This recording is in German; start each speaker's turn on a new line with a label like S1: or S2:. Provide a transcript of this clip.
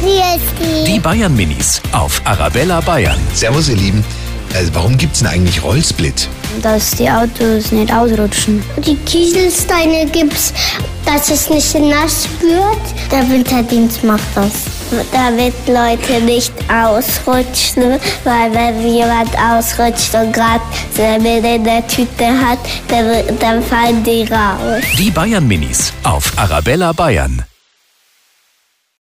S1: Christi.
S2: Die Bayern Minis auf Arabella Bayern.
S3: Servus, ihr Lieben. Also warum gibt's denn eigentlich Rollsplit?
S4: dass die Autos nicht ausrutschen.
S1: Die Kieselsteine gibt's, dass es nicht nass wird.
S4: Der Winterdienst macht das.
S1: Damit Leute nicht ausrutschen, weil wenn jemand ausrutscht und gerade Semmeln in der Tüte hat, dann, dann fallen die raus.
S2: Die Bayern Minis auf Arabella Bayern.